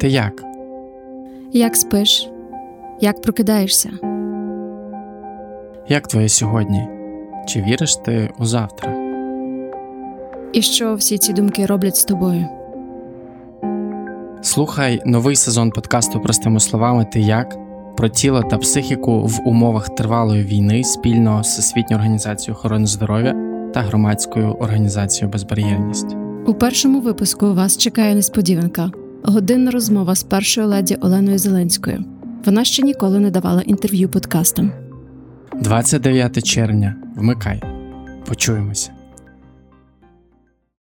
Ти як? Як спиш? Як прокидаєшся? Як твоє сьогодні? Чи віриш ти у завтра? І що всі ці думки роблять з тобою? Слухай новий сезон подкасту простими словами Ти як про тіло та психіку в умовах тривалої війни спільно з Всесвітньою організацією охорони здоров'я та громадською організацією Безбар'єрність. У першому випуску вас чекає несподіванка годинна розмова з першою леді Оленою Зеленською. Вона ще ніколи не давала інтерв'ю подкастам. 29 червня. Вмикай. Почуємося.